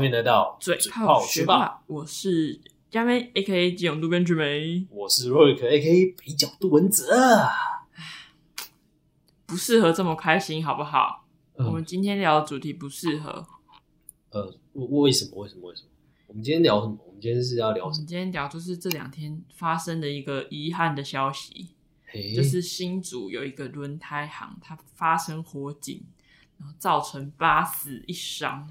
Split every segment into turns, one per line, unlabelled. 面得到
嘴
炮
炮
学
学
霸
霸，我是佳妹 A K A 基隆路边菊梅，
我是 Roy A K 北角杜文泽。
不适合这么开心，好不好？我
嗯
们今天聊的主题不适合，
呃，为为什么？为什么？为什么？我们今天聊什么？我们今天是要
我
聊什
们
么？
今天聊就是这两天发生的一个遗憾的消息，
嘿，
嗯就是新竹有一个轮胎行，它发生火警，然后造成八死一伤。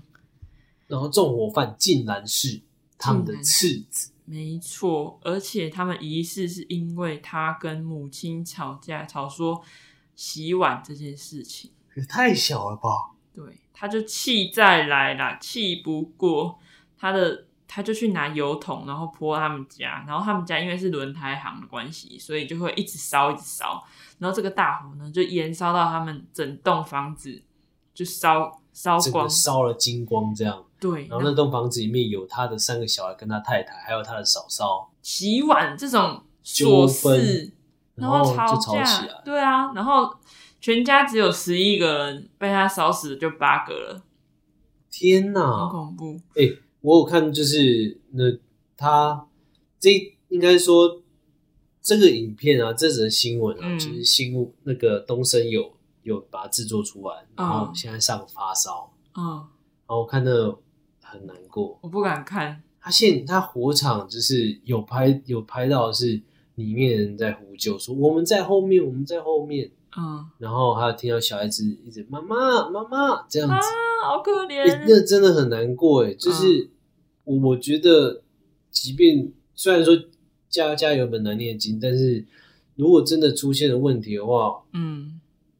然后纵火犯竟然是他们的次子，
没错，而且他们疑似是因为他跟母亲吵架，吵说洗碗这件事情。
也太小了吧？
对，他就气再来啦，气不过他的，他就去拿油桶，然后泼他们家，然后他们家因为是轮胎行的关系，所以就会一直烧，一直烧，然后这个大火呢就延烧到他们整栋房子，就烧烧
整
光
个，烧了精光这样。
对，
然后那栋房子里面有他的三个小孩，跟他太太，还有他的嫂嫂，
洗碗这种
纠
琐
纷
事，
然
后
后就吵
架，
起来。
对啊，然后全家只有十一个人，被他烧死的就八个了，
天
很
哪！
恐怖。
哎、我有看，就是那他这应该说这个影片啊，这则新闻啊，
嗯
其实新那个东森有有把它制作出来，然
哦
后现在上发烧，
嗯，
然后我看的很难过。
我不敢看，
他现他火场就是有拍有拍到的是里面人在呼救说我们在后面，我们在后面，
嗯
然后还有听到小孩子一直妈妈妈妈这样
啊
子。，
好可怜。
欸、那真的很难过哎，就是我、我觉得，即便虽然说家家有本难念的经，但是如果真的出现了问题的话，
嗯，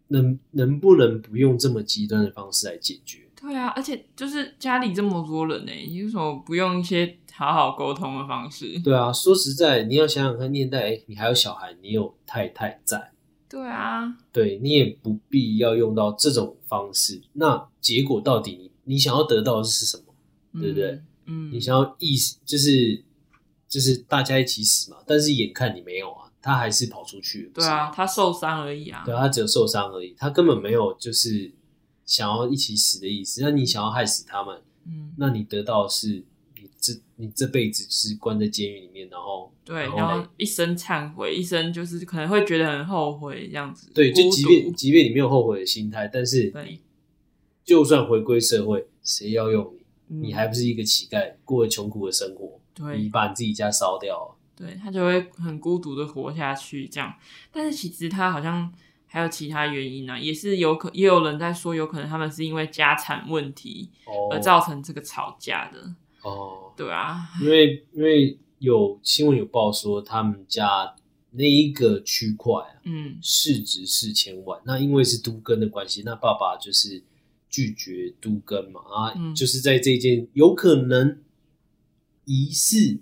能能不能不用这么极端的方式来解决？
对啊，而且就是家里这么多人呢、欸你为什么不用一些好好沟通的方式？
对啊，说实在，你要想想看，念代哎、欸你还有小孩，你有太太在，
对啊，
对你也不必要用到这种方式。那结果到底你你想要得到的是什么？
嗯
对不对？
嗯，
你想要意思就是就是大家一起死嘛，但是眼看你没有啊，他还是跑出去了，不
对
是
啊，
吗，
他受伤而已啊。
对啊，他只有受伤而已，他根本没有就是想要一起死的意思。那你想要害死他们，
嗯，
那你得到的是你这你这辈子是关在监狱里面，然后
对，
然后
然
嘞
后一生忏悔，一生就是可能会觉得很后悔这样子。
对，就
孤
即
独
便即便你没有后悔的心态，但是
对，
就算回归社会，谁要用你？你
嗯
还不是一个乞丐，过着穷苦的生活，你
对
把你自己家烧掉了，
对，他就会很孤独的活下去这样。但是其实他好像还有其他原因啊，也是有可也有人在说，有可能他们是因为家产问题而
哦
造成这个吵架的。
哦，
对啊，
因为因为有新闻有报说，他们家那一个区块啊，
嗯
市值是千万。那因为是都更的关系，那爸爸就是拒绝都更嘛，啊，
嗯
就是在这件有可能疑似，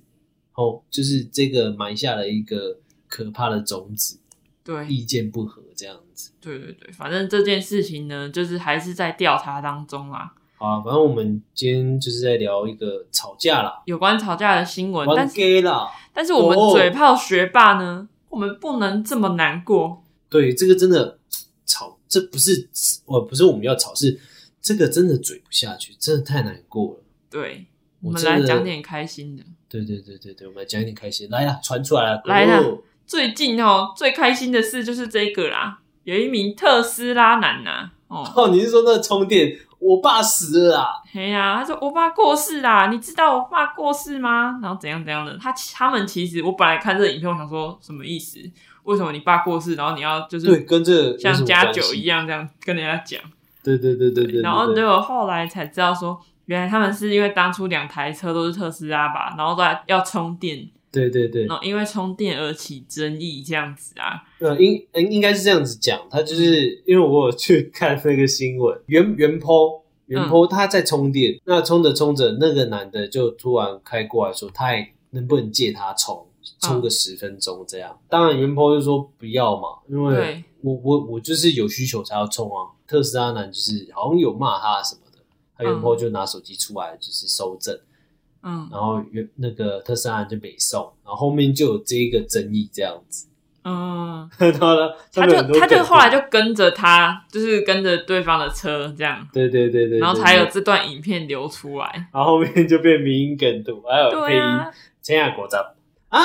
哦，就是这个埋下了一个可怕的种子，
对
意见不合这样子。
对对对，反正这件事情呢，就是还是在调查当中啦，
好啊，反正我们今天就是在聊一个吵架啦，
有关吵架的新闻。但
玩
是
gay 啦。
但是我们
哦
嘴炮学霸呢，我们不能这么难过。
对，这个真的吵，这不是呃，不是我们要吵，是这个真的嘴不下去，真的太难过了。
对，
我
我们
真
来
的
讲点开心的。
对对对对对，我们来讲一点开心，来啦，传出来了，
来啊啦
哦
最近哦，最开心的事就是这个啦，有一名特斯拉男呐、哦，
哦，你是说那个充电，我爸死了啊？
嘿呀、他说我爸过世啦，你知道我爸过世吗？然后怎样怎样的，他他们其实我本来看这个影片，我想说什么意思？为什么你爸过世，然后你要就
对，
是
跟这个有什
像
么
加
关
酒
系
一样这样跟人家讲？
对对对对对对，
然后
对
结果后来才知道说，原来他们是因为当初两台车都是特斯拉吧，然后都要充电，
对对对，
然后因为充电而起争议这样子啊，
呃，应应应该是这样子讲，他
嗯
就是因为我有去看那个新闻，原原剖原
嗯
剖他在充电，那充着充着，那个男的就突然开过来说，他还能不能借他充，
嗯
充个十分钟这样。当然原剖就说不要嘛，因为
对
我我我就是有需求才要充啊。特斯拉男就是好像有骂他什么的，他原剖就拿手机出来就是收证，
嗯，
然后原那个特斯拉男就北送，然后后面就有这一个争议这样子。
嗯，
然后呢，
他
上面有很
就
多
他就
梗
后来就跟着他，就是跟着对方的车这样，
对对对对，
然后
对
才有
对
这段影片流出来。
然后后面就变民音梗图，还有配
对
音
啊，
钱啊果汁啊。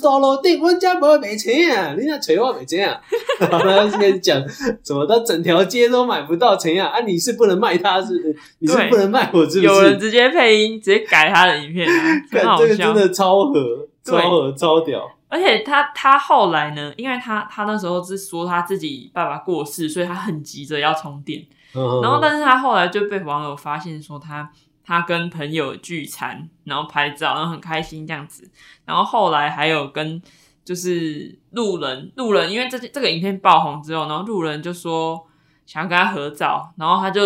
道路顶阮家无卖钱啊，你若找我卖钱啊？ 然后他就开始讲，怎么到整条街都买不到钱啊？啊，你是不能卖他是不是？你是
对
不能卖我是不是？
有人直接配音，直接改他的影片，啊 很
看
好
这个
笑
真。的超合，
对
超合，超屌。
而且他他后来呢，因为他他那时候是说他自己爸爸过世，所以他很急着要充电。然
然
后，但是他后来就被网友发现说他他跟朋友聚餐，然后拍照，然后很开心这样子。然后后来还有跟就是路人路人，因为这这个影片爆红之后，然后路人就说想要跟他合照，然后他就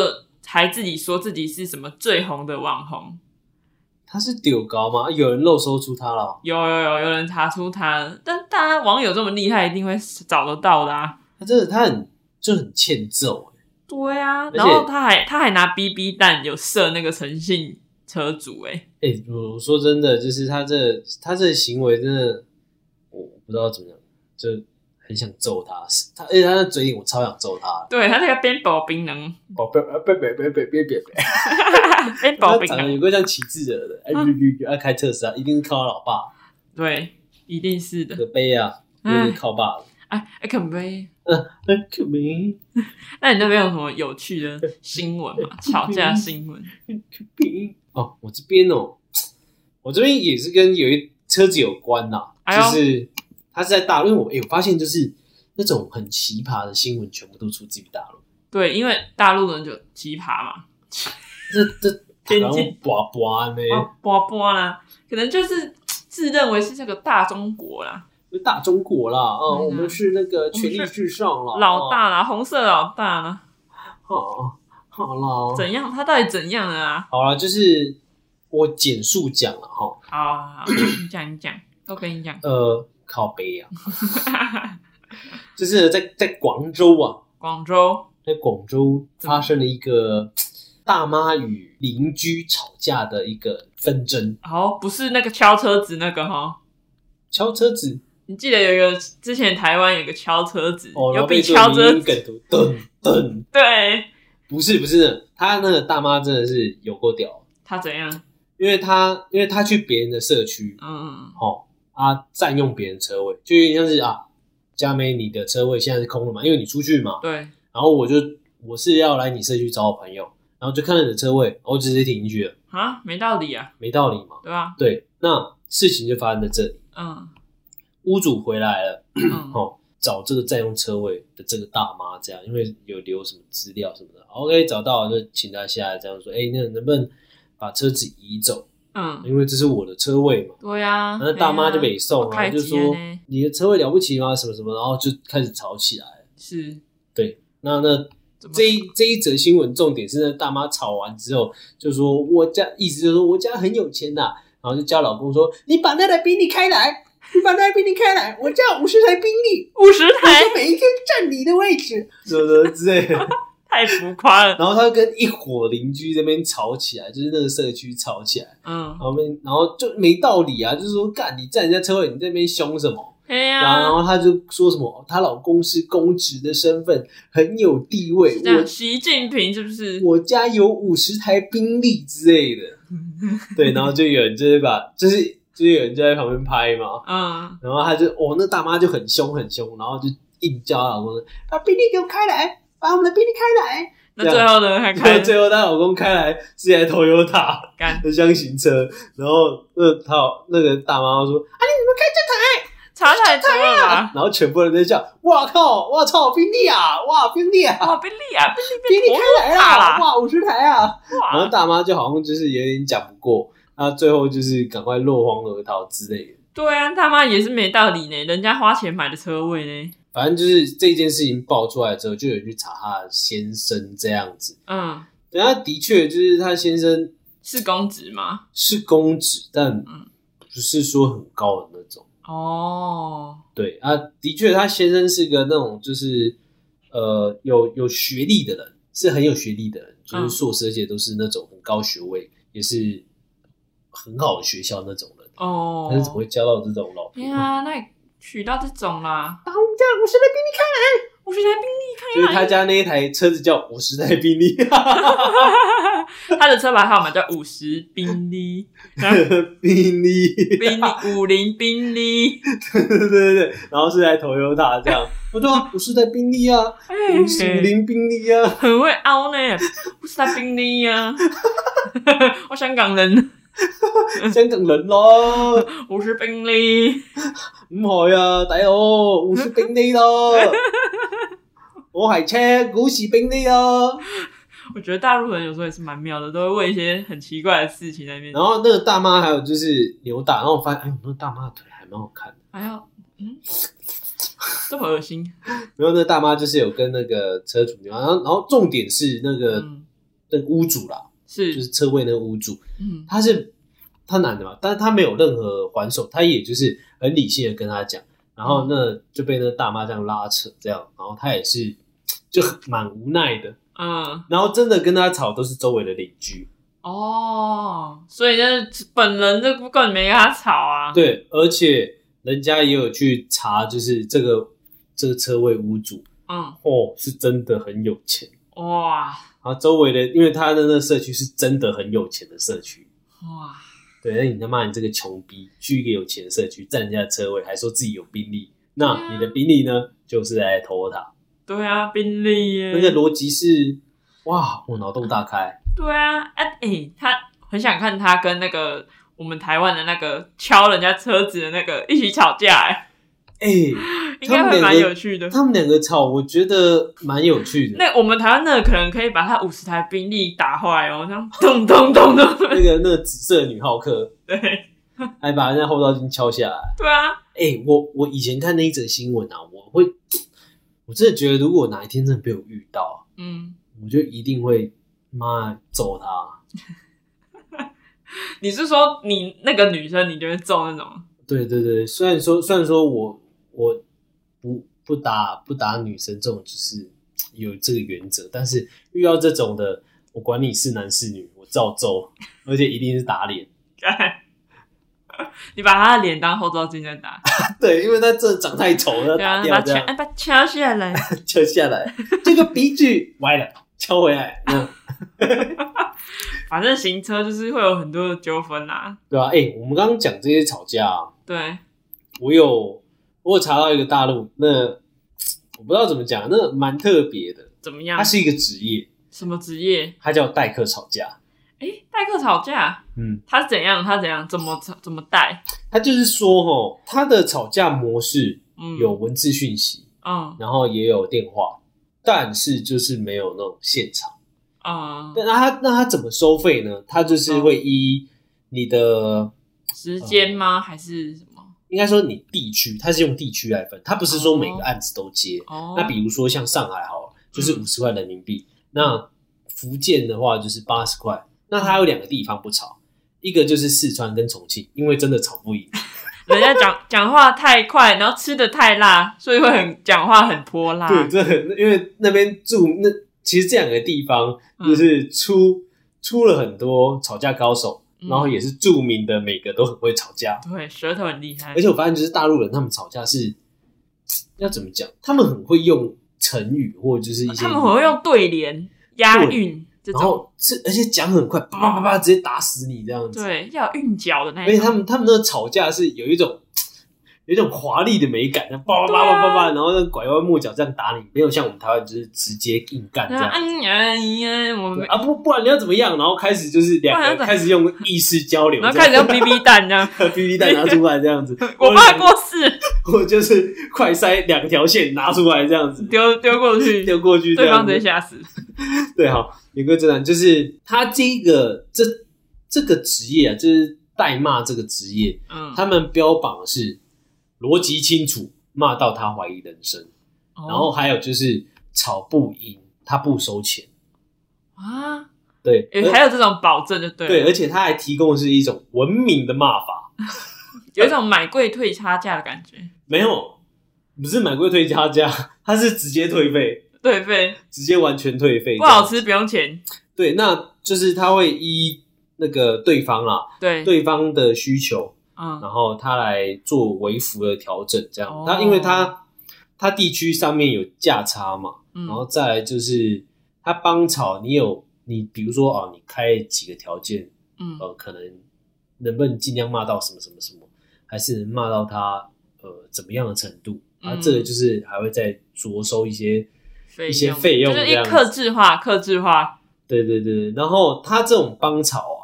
还自己说自己是什么最红的网红。
他是丢高吗？啊有人漏搜出他了，
有有有有人查出他，但大家网友这么厉害，一定会找得到的啊。
他真的他很就很欠揍欸、
对啊，
且
然后他还他还拿 BB 弹有射那个诚信车主、欸，哎，
哎、我我说真的，就是他这他这行为真的，我我不知道怎么样，就很想揍他。是他而哎且他的嘴脸，我超想揍他的。
对他那个边保槟 榔，
宝贝，啊别别别别别 别别！
边保
他
槟
长得
榔，
有个像骑自者的，哎呦呦呦，爱开特斯拉，一定是靠他老爸，
对，一定是的。
可悲啊，一定是靠爸的。
哎哎，肯杯，
哎可悲，
那你那边有什么有趣的新闻 吗？吵架新闻？
可悲。哦，我这边哦，我这边也是跟有一车子有关啦，
哎呦
就是他是在大陆，因为我哎、我发现就是那种很奇葩的新闻，全部都出自于大陆。
对，因为大陆人就奇葩嘛，
这这哦
天津
然后呱呱呢，
啊，波波啦，可能就是自认为是这个大中国啦，
就大中国啦，啊，
嗯啊
我们是那个权力至上啦，
老大啦，红色老大啦，
好，好啦，
怎样？他到底怎样了啊？
好了，就是我简述讲了哈，
好好， 好你讲，你讲，都跟你讲。
呃，靠北啊， 就是在在广州啊，
广州，
在广州发生了一个大妈与邻居吵架的一个纷争，
好、不是那个敲车子那个哈。
敲车子，
你记得有一个之前台湾有个敲车子，
哦，然
有
后被
比
做
敲
民
车
音
子，
梗图，噔噔，
对，
不是不是，他那个大妈真的是有够屌，
他怎样？
因为他因为他去别人的社区，
嗯，
哦，啊，占用别人车位，就有点像是啊，佳美你的车位现在是空了嘛，因为你出去嘛，
对，
然后我就我是要来你社区找我朋友，然后就看了你的车位，然后直接停进去了，
啊，没道理啊，
没道理嘛。
对吧、
对，那事情就发生在这里。
嗯
屋主回来了，
嗯，
哦，找这个占用车位的这个大妈，这样，因为有留什么资料什么的，OK，找到了就请她下来，这样说，哎，那能不能把车子移走？
嗯，
因为这是我的车位嘛。
对呀、啊。
然后哦大妈就
对啊
北送
太
啊，
急
就
了
说
呢
你的车位了不起吗？什么什么，然后就开始吵起来了。
是
那那
怎么
这一这一则新闻重点是那大妈吵完之后就说我家意思就是说我家很有钱呐、然后就叫老公说你把那台宾利开来，你把那台宾利开来， 我家五十台宾利，
五十台
我每一天占你的位置，什么什么之类 的。
太浮夸了。
然后他跟一伙邻居这边吵起来，就是那个社区吵起来，
嗯
然，后们然后就没道理啊，就是说干你占人家车位，你在那边凶什么？
哎呀、
然后她就说什么她老公是公职的身份，很有地位，
是这
我
样，习近平是不是？
我家有五十台宾利之类 的，对，然后就有人就是把，就是就是有人就在旁边拍嘛，
嗯，
然后他就，哦，那大妈就很凶很凶，然后就硬叫她老公说把宾利给我开来，把我们的宾利开来。
那最后呢？还
然
开
后最后她老公开来是一台 Toyota
干
的箱型车，然后那她那个大妈说，啊
差太多了吧？
然后全部人在笑，哇靠，哇操，宾利啊，哇宾利啊，
哇，宾利啊，宾
宾利开来
大
啦，
啦
哇五十台啊。
利
然后
哇！
大妈就好像就是有点讲不过，那最后就是赶快落荒而逃之类的。
对啊，他妈也是没道理呢，人家花钱买的车位呢。
反正就是这件事情爆出来之后，就有人去查她的先生这样子。
嗯，
但她的确就是她先生
是公职吗？
是公职，但
嗯
不是说很高的那种。
哦，
对啊，的确，她先生是个那种就是呃有有学历的人，是很有学历的人，就是
嗯
硕士，而且都是那种很高学位，也是很好的学校那种人。
哦
哦但是怎么，会交到这种老婆？
哎呀，那娶到这种啦，
当家五十台宾利看，
我去台宾利
啊就
看
是
看
他家那一台车子叫五十台宾利，
他的车牌号码叫五十宾利，然后
宾利，
宾利五零宾利，
对对对对，然后是台 Toyota 这样，我说啊五十台宾利啊，
哎
五十零宾利啊，
很会凹呢，五十台宾利呀、 我香港人，
香港人咯，
我是宾利，
唔係啊，大佬，五十宾利咯，我係車股市宾利啊。
我觉得大陆人有时候也是蛮妙的，都会问一些很奇怪的事情在那边
然。后那个大妈还有就是扭打，然后我发现，哎，那个大妈的腿还蛮好看的。
还要嗯，这么恶心，
然后那个大妈就是有跟那个车主扭打，然后然后重点是那个、
嗯，
那个屋主啦，呃就是是车位那个屋主，
嗯
他是他男的嘛，但是他没有任何还手，他也就是很理性的跟他讲，然后那就被那个大妈这样拉扯，这样，然后他也是就很蛮无奈的。
嗯
然后真的跟他吵都是周围的邻居，
哦，所以就是本人这根本没跟他吵啊，
对，而且人家也有去查，就是这个这个车位屋主
嗯，
哦，是真的很有钱。
哇
然后周围的，因为他的那个社区是真的很有钱的社区，
哇，
对，那你他妈你这个穷逼去一个有钱的社区占人家的车位，还说自己有宾利，那你的宾利呢，就是来偷他，
对啊，宾利耶，
那个逻辑是，哇，我脑洞大开，
对啊，哎、哎，他很想看他跟那个我们台湾的那个敲人家车子的那个一起吵架、哎，
哎、
应该
他们
会
两
蛮
个
有趣的。
他们两个吵，我觉得蛮有趣的。
那我们台湾那个可能可以把他五十台宾利打坏哦，这样咚咚咚咚，
那个那个紫色的女浩克
对
还把人家后照镜敲下来。
对啊，
哎、我我以前看那一则新闻啊，我会，我真的觉得如果哪一天真的被我遇到，
嗯。
我就一定会妈揍他。
你是说你那个女生，你就会揍那种？
对对对，虽然说虽然说我我不不打不打女生这种就是有这个原则，但是遇到这种的，我管你是男是女，我照揍，而且一定是打脸。
干你把她的脸当后照镜在 打，
对，因为他真的长太丑了，
对
打
啊，
掉
把
这
枪
样。
哎把枪下来，
敲下来，这个鼻距歪了，敲回来，嗯，
反正行车就是会有很多的纠纷啦。
对吧、啊？哎、我们刚刚讲这些吵架、啊，
对，
我有我有查到一个大陆，那我不知道怎么讲，那蛮特别的，
怎么样
它？是一个职业，
什么职业？
它叫代客吵架。
哎，代客吵架，
嗯，
他怎样？他怎样？怎么吵怎么带？
它就是说，吼，它的吵架模式
嗯，
有，文字讯息，
嗯
然后也有电话，但是就是没有那种现场。
嗯，
那那它那它怎么收费呢？它就是会依你的
时间吗？还是什么？
应该说你地区，它是用地区来分，它不是说每个案子都接。
哦，
那比如说像上海好了，就是
嗯
五十块人民币。那福建的话就是八十块。那它有两个地方不吵，一个就是四川跟重庆，因为真的吵不赢。
人家讲讲话太快，然后吃的太辣，所以会很讲话很泼辣。
对，这很因为那边住那其实这两个地方
嗯
就是出、出了很多吵架高手，
嗯
然后也是著名的，每个都很会吵架。
对，舌头很厉害
而。且我发现，就是大陆人他们吵架是要怎么讲？他们很会用成语或者就是一些，
他们很会用对联、押韵这
然
种，
后是而且讲很快，叭叭叭叭，直接打死你这样子。，
对，要有韵脚的那
而且
一
他
种。
们他们那个吵架是有一种有一种华丽的美感，叭叭叭叭叭叭，
啊
然后那拐弯抹角这样打你，没有像我们台湾就是直接硬干这
然后
样。
嗯嗯嗯，我
对
们
啊不，不然你要怎么样？然后开始就是两个
不然要
人
怎
开始用意识交流，
然后开始用
这
BB 蛋 这样，
样 BB 弹拿出来这样子。
我爸过世
我就是快塞两条线拿出来这样子，
丢丢过去，
丢过去这
对
样
方
子
直接吓死。
对，好，有个真的就是他这个这这个职业啊，就是代骂这个职业，
嗯，
他们标榜的是逻辑清楚，骂到他怀疑人生，然后
哦
还有就是吵不赢，他不收钱，
啊，
对，
诶
而
还有这种保证就对
对，
了，
而且他还提供的是一种文明的骂法，
有一种买贵退差价的感觉。
没有，不是买贵退加价， 他是直接退费，
对费
直接完全退费，
不好吃不用钱，
对，那就是他会依那个对方啦，
对，
对方的需求，
嗯
然后他来做微幅的调整，这样
哦。
他因为他他地区上面有价差嘛，然后
嗯
再来就是他帮草，你有你比如说哦，你开几个条件，
嗯
呃，可能能不能尽量骂到什么什么什么，还是能骂到他呃怎么样的程度？啊，
嗯
这个就是还会再着收一些，
费
一些
用
费用
就是
这
一
样子
克制化，克制化，
对对对对。然后他这种帮草啊，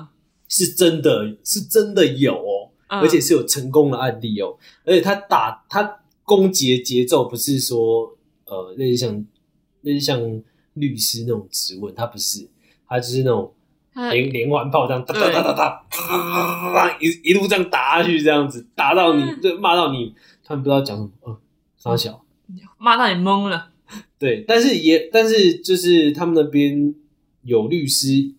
嗯，
是真的是真的有哦，
嗯
而且是有成功的案例哦。而且他打他攻击的节奏不是说呃类似像类似像律师那种质问，他不是，他就是那种
它
连连环炮这样哒哒哒哒哒哒哒哒哒一一路这样打下去，这样子打到你
嗯
就骂到你，他们不知道讲什么，嗯，傻小。
骂到你懵了，
对，但是也但是就是他们那边有律师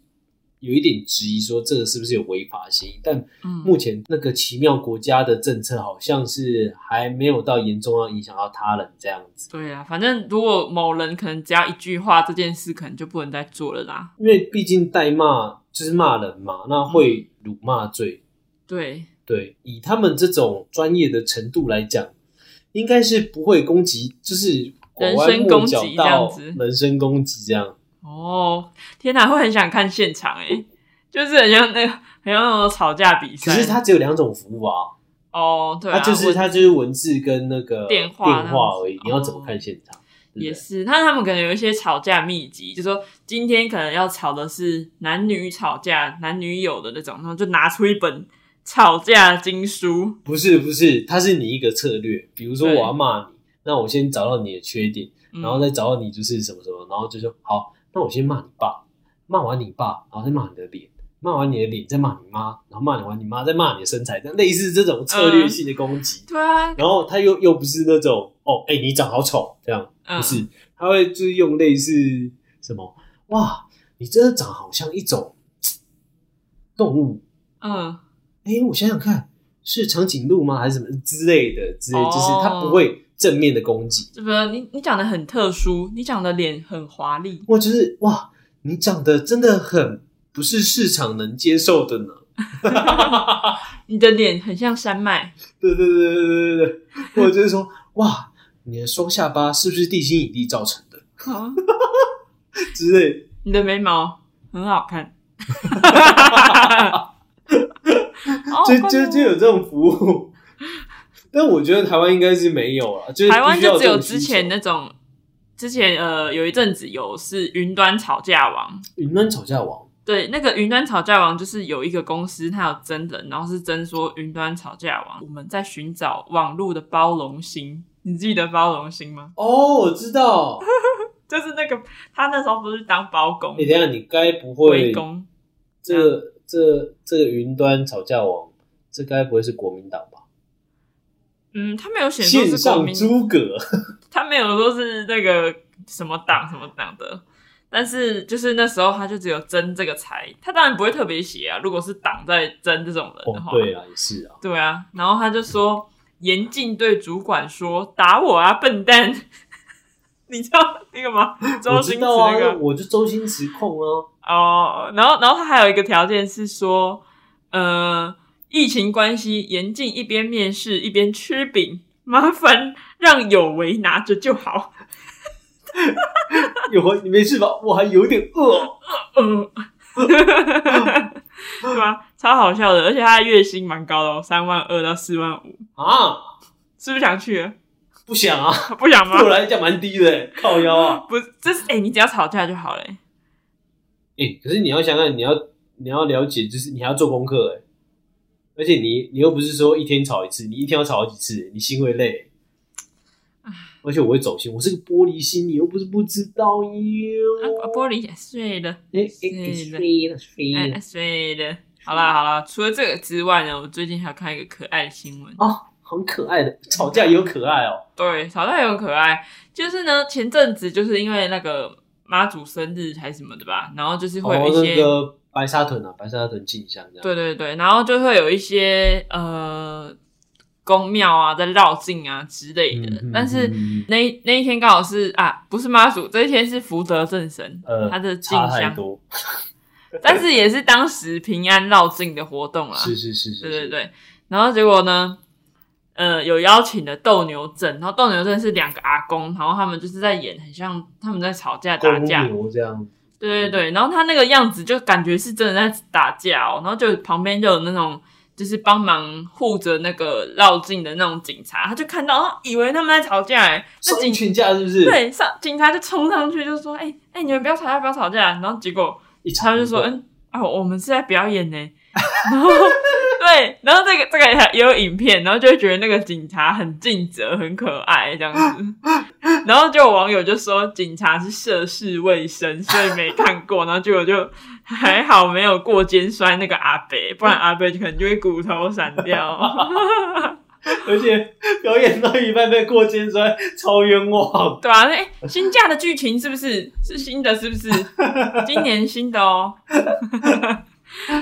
有一点质疑说这个是不是有违法嫌疑，但
嗯，
目前那个奇妙国家的政策好像是还没有到严重要影响到他人这样子，
对啊，反正如果某人可能只要一句话，这件事可能就不能再做了啦。
因为毕竟代骂就是骂人嘛，那会辱骂罪，
对，
对，以他们这种专业的程度来讲，应该是不会攻击，就是拐弯
人身攻
抹
击
角
这样
到
子
人身攻击这样。
哦，天哪，会很想看现场哎、就是很像那个，很像那种吵架比
可
赛。
是它只有两种服务啊，
哦，对啊，
它就
我
是它就是文字跟那个
电话那样子
而已。你要怎么
哦
看现场？对不
也
对
是，那他们可能有一些吵架秘籍，就说今天可能要吵的是男女吵架、男女友的那种，然后就拿出一本吵架经书，
不是不是，它是你一个策略。比如说我
对
要骂你，那我先找到你的缺点，
嗯、
然后再找到你就是什么什么，然后就说好，那我先骂你爸，骂完你爸，然后再骂你的脸，骂完你的脸再骂你妈，然后骂完你妈再骂你的身材，这样类似这种策
嗯
略性的攻击。
对啊，
然后他又又不是那种哦，哎、你长好丑这样，
嗯，
不是，他会就是用类似什么哇，你真的长好像一种嘖动物，
嗯，
哎、我想想看，是长颈鹿吗？还是什么之类的之类，
哦
就是他不会正面的攻击。
这个你你讲的很特殊，你讲的脸很华丽，
我就是哇，你长得真的很不是市场能接受的呢。
你的脸很像山脉，
对对对对对 对对，或者就是说哇，你的双下巴是不是地心引力造成的
啊
之类？
你的眉毛很好 看。哦
就就就有这种服务。 但我觉得台湾应该是没有了，就是
台湾
必须要
就只有
这种需
之前
求
那种，之前呃有一阵子有是云端吵架王，
云端吵架王，
对，那个云端吵架王就是有一个公司，它有真人，然后是真说云端吵架王，我们在寻找网络的包容心。你记得包容心吗？
哦，我知 道。
就是那个他那时候不是当包公
哎你、等一下，你该不
围
会
攻，
这个这这个云端吵架王，这该不会是国民党吧？
嗯，他没有显说
线
是国
上
民
诸 葛，
他没有说是那个什么党什么党的，但是就是那时候他就只有争这个财，他当然不会特别写啊。如果是党在争这种人的
哦，
话，
对啊，也是啊。
对啊。然后他就说，严禁对主管说打我啊，笨蛋！ 你知道那个吗？周
我
星驰
知道啊
那，个、
我就周星驰控啊。
哦，然后然后他还有一个条件是说，呃，疫情关系严禁一边面试一边吃饼，麻烦让有为拿着就好。
有啊，你没事吧？我还有点饿哦。
嗯，对吧？超好笑的，而且他的月薪蛮高的哦，三万二到四万五，
啊，
是不是想去了？
不想啊，
不想吗
对？我来讲蛮低的欸，靠腰啊。
不，这是哎、你只要吵架就好了欸、
哎、可是你要想想，你要你要了解，就是你还要做功课哎、而且你你又不是说一天吵一次，你一天要吵好几次欸，你心会累欸、而且我会走心，我是个玻璃心，你又不是不知道哟。
啊，玻璃也碎了，
哎
是
哎，
的
飞
哎、
了
哎
飞
碎了。好啦好啦，除了这个之外呢，我最近还有看一个可爱的新闻。
哦，很可爱的，吵架也有可爱哦。
对，吵架也很可爱。就是呢，前阵子就是因为那个妈祖生日还是什么的吧，然后就是会
哦
有一，些、
那个白沙屯啊，白沙屯进香这样。
对对对，然后就会有一些呃宫庙啊在绕境啊之类的，
嗯
但是
嗯
那一那一天刚好是啊，不是妈祖，这一天是福德正神，
呃，
他的进
差太
香，
多，
但是也是当时平安绕境的活动啦。
是是是是，
对对对，然后结果呢，呃，有邀请的斗牛镇，然后斗牛镇是两个阿公，然后他们就是在演，很像他们在吵架打
公
架，
牛这样，
对对对，然后他那个样子就感觉是真的在打架哦，然后就旁边就有那种就是帮忙护着那个绕境的那种警察，他就看到，然后以为他们在吵架，哎，那
送一
警
群架是不是？，
对上警察就冲上去就说，哎、哎、你们不要吵架，不要吵架，然后结果
一场
他们就说，嗯，啊，我们是在表演呢， 然后。对，然后这个这个也也有影片，然后就会觉得那个警察很尽责、很可爱这样子。然后就有网友就说警察是涉世未深，所以没看过。然后结果就还好没有过肩摔那个阿北，不然阿北可能就会骨头散掉。
而且表演到一半被过肩摔，超冤枉。
对啊，哎、新架的剧情是不是是新的？是不是今年新的哦？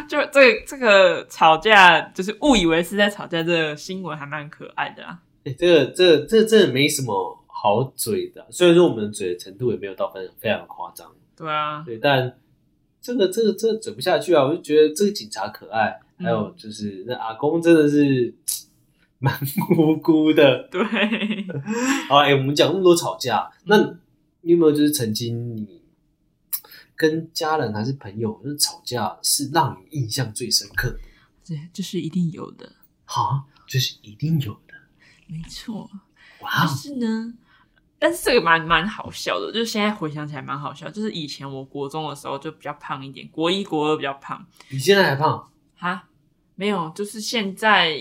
就这个这个吵架，就是误以为是在吵架，这个新闻还蛮可爱的啊。
欸、这个这个这个真的没什么好嘴的，虽然说我们嘴的程度也没有到非常非常夸张，
对啊，
对，但这个这个这个嘴不下去啊，我就觉得这个警察可爱，还
嗯
有就是那阿公真的是蛮无辜的。
对，
好，哎、我们讲那么多吵架，那
嗯
你有没有就是曾经你跟家人还是朋友就是吵架是让你印象最深刻的？
这这是一定有的，
哈，就是一定有的，
没错。
哇
但是呢，但是这个蛮蛮好笑的，就是现在回想起来蛮好笑。就是以前我国中的时候就比较胖一点，国一国二比较胖
比现在还胖
哈，没有，就是现在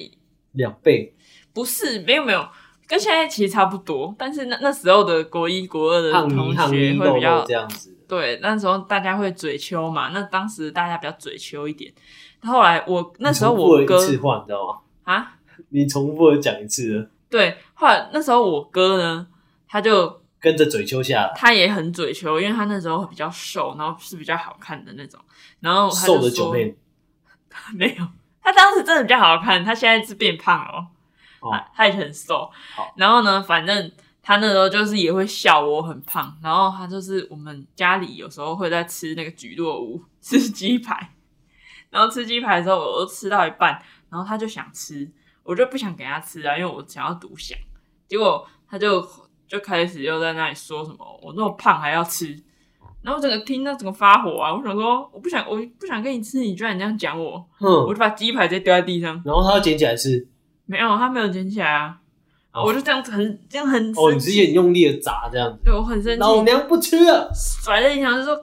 两倍。
不是没有没有，跟现在其实差不多。但是那那时候的国一国二的
烫
同
泥烫
学
泥
会
豆
比较
豆这样子，
对，那时候大家会嘴秋嘛，那当时大家比较嘴秋一点。后来我那时候我
你重复
哥
了一次话，你知道吗？
啊，
你重复了讲一次了，
对，后来那时候我哥呢，他就
跟着嘴丘下来，
他也很嘴求，因为他那时候比较瘦，然后是比较好看的那种，然后哦他就
瘦
说
的九妹，
没有，他当时真的比较好看，他现在是变胖了
哦
哦，他他也很瘦
好，
然后呢，反正他那时候就是也会笑我很胖，然后他就是我们家里有时候会在吃那个菊落屋吃鸡排，然后吃鸡排的时候，我都吃到一半，然后他就想吃，我就不想给他吃啊，因为我想要独享，结果他就就开始又在那里说什么我那么胖还要吃。然后我整个听到整个发火啊！我想说，我不想，我不想跟你吃，你居然这样讲我，我
哼，
就把鸡排直接丢在地上。
然后他要捡起来吃，
没有，他没有捡起来啊！
哦
我就这样子很这样很
哦，
生
你直接
气
用力的砸这样子，
对我很生
老
气，
娘不吃了，
甩在地上就说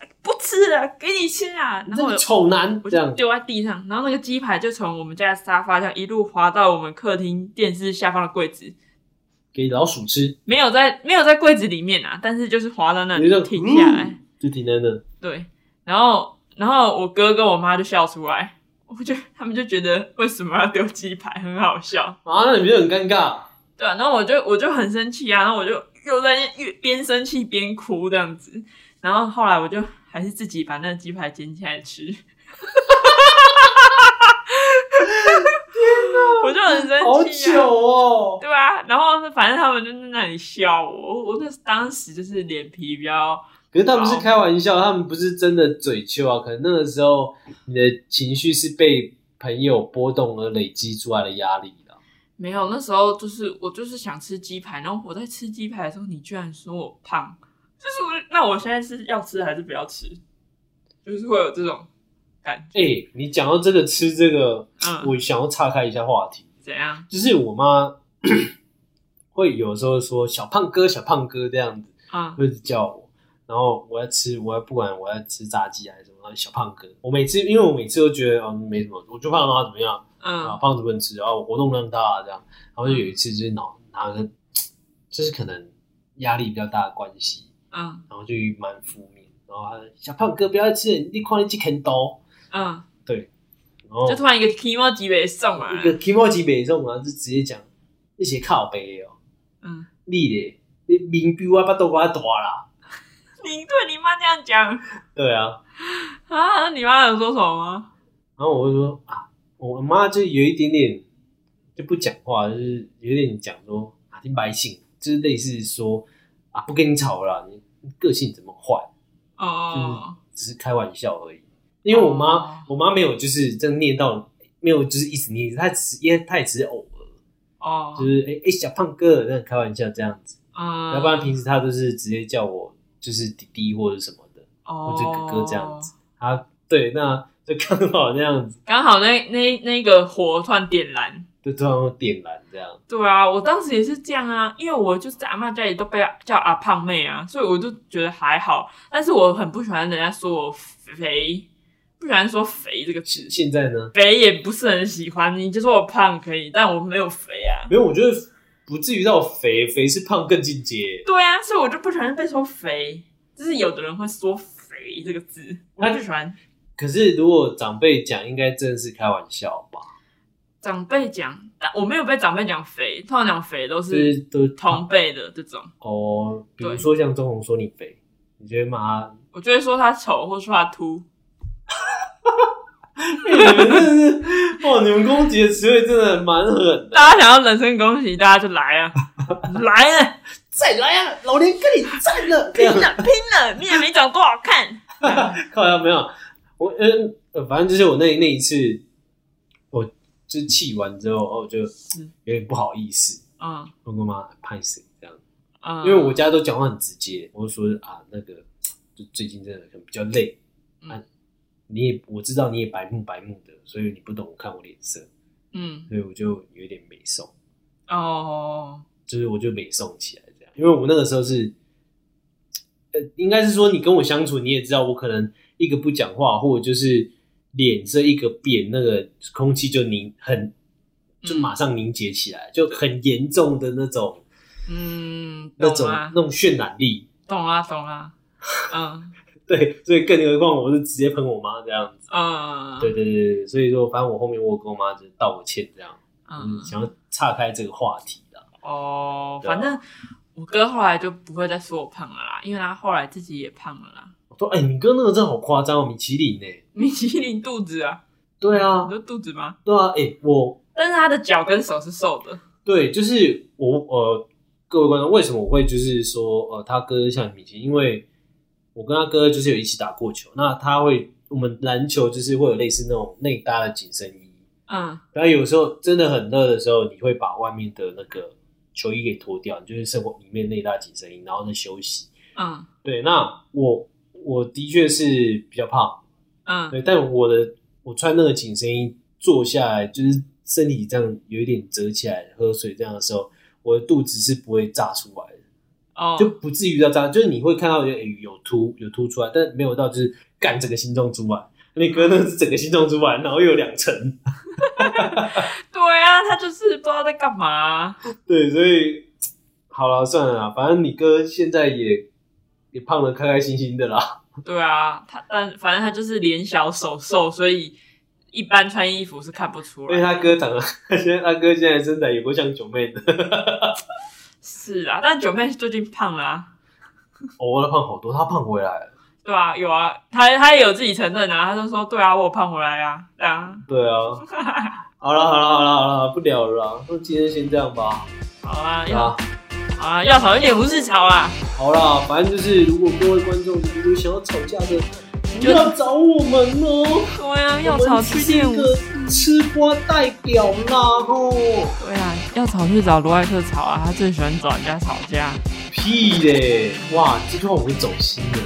哎不吃了，给你吃啊！然
你
后
这
我
个丑男
我
这
就
样，
丢在地上，然后那个鸡排就从我们家的沙发这样一路滑到我们客厅电视下方的柜子，
给老鼠吃，
没有在没有在柜子里面啊，但是就是滑到那
你
里
就
停下来。
嗯就停在那，
对，然后然后我哥跟我妈就笑出来，我就他们就觉得为什么要丢鸡排，很好笑。
啊，那你不就很尴尬？
对啊，然后我就我就很生气啊，然后我就又在那越边生气边哭这样子，然后后来我就还是自己把那个鸡排捡起来吃。 天我就很
好
生气、
糗
啊，
哦，
对啊，然后反正他们就在那里笑我，我那当时就是脸皮比较
可是他们是开玩笑，他们不是真的嘴丘啊，可能那个时候你的情绪是被朋友波动而累积出来的压力啦。
没有，那时候就是我就是想吃鸡排，然后我在吃鸡排的时候，你居然说我胖，就是我那我现在是要吃还是不要吃，就是会有这种感觉。
哎、你讲到这个吃这个，
嗯，
我想要岔开一下话题，
怎样？
就是我妈 会有时候说小胖哥、小胖哥这样子，
啊、
会一直叫我，然后我要吃，我要不管我要吃炸鸡还是什么，小胖哥，我每次因为我每次都觉得哦没什么，我就胖啊怎么样啊，
嗯
胖子不能吃，然后我活动量大啊这样，然后就有一次就是脑拿个，就是可能压力比较大的关系，
嗯
然后就蛮负面，然后他小胖哥不要吃，你看你去啃刀，
嗯，
然后
就突然一个 Kimo 级别送啊
哦一，个 k i m o j i 北宋啊，就直接讲那些靠背哦，
嗯，
你嘞，你面比我巴肚我大啦，
你对你妈这样讲
对啊。
啊？那你妈有说什么吗？
然后我就说啊，我妈就有一点点就不讲话，就是有点讲说啊，你白性，就是类似说啊，不跟你吵了啦，你你个性怎么坏，
哦，
嗯只是开玩笑而已。因为我妈，
哦
我妈没有就是真的念到没有就是一直念，他只也他也只是偶尔，
哦，
就是哎哎、诶小胖哥，那开玩笑这样子。
嗯，
要不然平时他都是直接叫我就是弟弟或者什么的。
哦，
或者哥哥这样子。啊，对，那就刚好那样子，
刚好那那那个火突然点燃。
就突然点燃这样。
对啊，我当时也是这样啊，因为我就是在阿妈家里都被叫阿胖妹啊，所以我就觉得还好。但是我很不喜欢人家说我肥，不喜欢说肥这个词，
现现在呢，
肥也不是很喜欢。你就说我胖可以，但我没有肥啊。
没有，我觉得不至于到肥，肥是胖更进阶。
对啊，所以我就不喜欢被说肥。就是有的人会说肥这个字，我不喜欢。
可是如果长辈讲，应该真的是开玩笑吧？
长辈讲，但我没有被长辈讲肥，通常讲肥都
就是
是
都
同辈的这种。
哦，比如
对
说像钟红说你肥，你觉得 妈，
我就会说他丑，或说他秃。
哎你们真的是哇，你们攻击的词汇真的蛮狠的。
大家想要人身攻击，大家就来啊，来啊，
再来啊，老娘跟你战 了！这
拼
样
了拼了！你也没长多好 看。
啊靠腰没有，我嗯、呃，反正就是我那那一次，我就是气完之后，哦，就有点不好意思，
嗯
我跟我妈拍谁这样，
嗯，
因为我家都讲话很直接，我就说啊，那个就最近真的可能比较累，啊
嗯，
你也我知道你也白目白目的，所以你不懂看我脸色，
嗯
所以我就有点没送，
哦
就是我就没送起来这样，因为我那个时候是。呃，应该是说你跟我相处，你也知道我可能一个不讲话，或者就是脸色一个变，那个空气就凝
嗯
很，就马上凝结起来，就很严重的那种
嗯，
那种
懂啊
那种渲染力。
懂啊懂啊，嗯
对，所以更何况我是直接喷我妈这样子。
嗯，
对对对对，所以说反正我后面我有跟我妈就是道个歉这样，
嗯
嗯，想要岔开这个话题的。
哦，
对啊
反正我哥后来就不会再说我胖了啦，因为他后来自己也胖了啦，
我说，哎、你哥那个真的好夸张哦，米其林呢、
米其林肚子啊，
对啊
你，说肚子吗？
对啊，哎、我
但是他的脚跟手是瘦的，
对，就是我呃，各位观众，为什么我会就是说呃，他哥像米奇，因为我跟他哥就是有一起打过球，那他会我们篮球就是会有类似那种内搭的紧身衣，
嗯
然后有时候真的很热的时候，你会把外面的那个球衣给脱掉，你就是生活里面内搭紧身衣，然后再休息。
嗯
对，那我我的确是比较胖，
嗯
对，但我的我穿那个紧身衣坐下来，就是身体这样有一点折起来，喝水这样的时候，我的肚子是不会炸出来的，
哦，
就不至于到炸，就是你会看到有哎有凸有凸出来，但没有到就是干整个心脏出来。那哥那是整个心脏出来，然后又有两层，
对啊，他就是不知道在干嘛、啊
对，所以好了算了啦，反正你哥现在也也胖的开开心心的啦。
对啊，他但反正他就是脸小手瘦，所以一般穿衣服是看不出
因为
来。
他哥长得， 现在他哥现在身材也不像九妹的，
是啊，但九妹最近胖了、啊，
哦，他胖好多，他胖回来了。
对啊，有啊，他他也有自己承认啊，他就说对啊，我有胖回来啊，对啊，
对啊，好了好了好了好了，不聊了啦，那今天先这样吧。
好啊，要
啊，
好啊，要吵一点不是吵啊，
好啦，反正就是如果各位观众如果想要吵架的，不
就
要找我们哦，
对啊，要吵去练
我
舞
们，只是个吃瓜代表啦吼，
对啊，要吵去找罗艾克吵啊，他最喜欢找人家吵架，
屁嘞！哇，这句话我会走心的。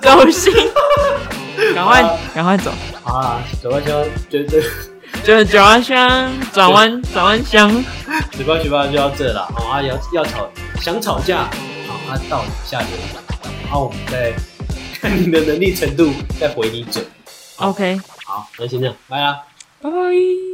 走 心，赶快赶快走，
好啦，嘴巴就要 觉得
就是转弯箱，转弯转弯箱。
嘴巴嘴巴就到这啦。好啊，要要吵，想吵架，好啊，到你下留言，然后我们再看你的能力程度，再回你嘴。
OK，
好，那先这样，拜啦。
拜拜。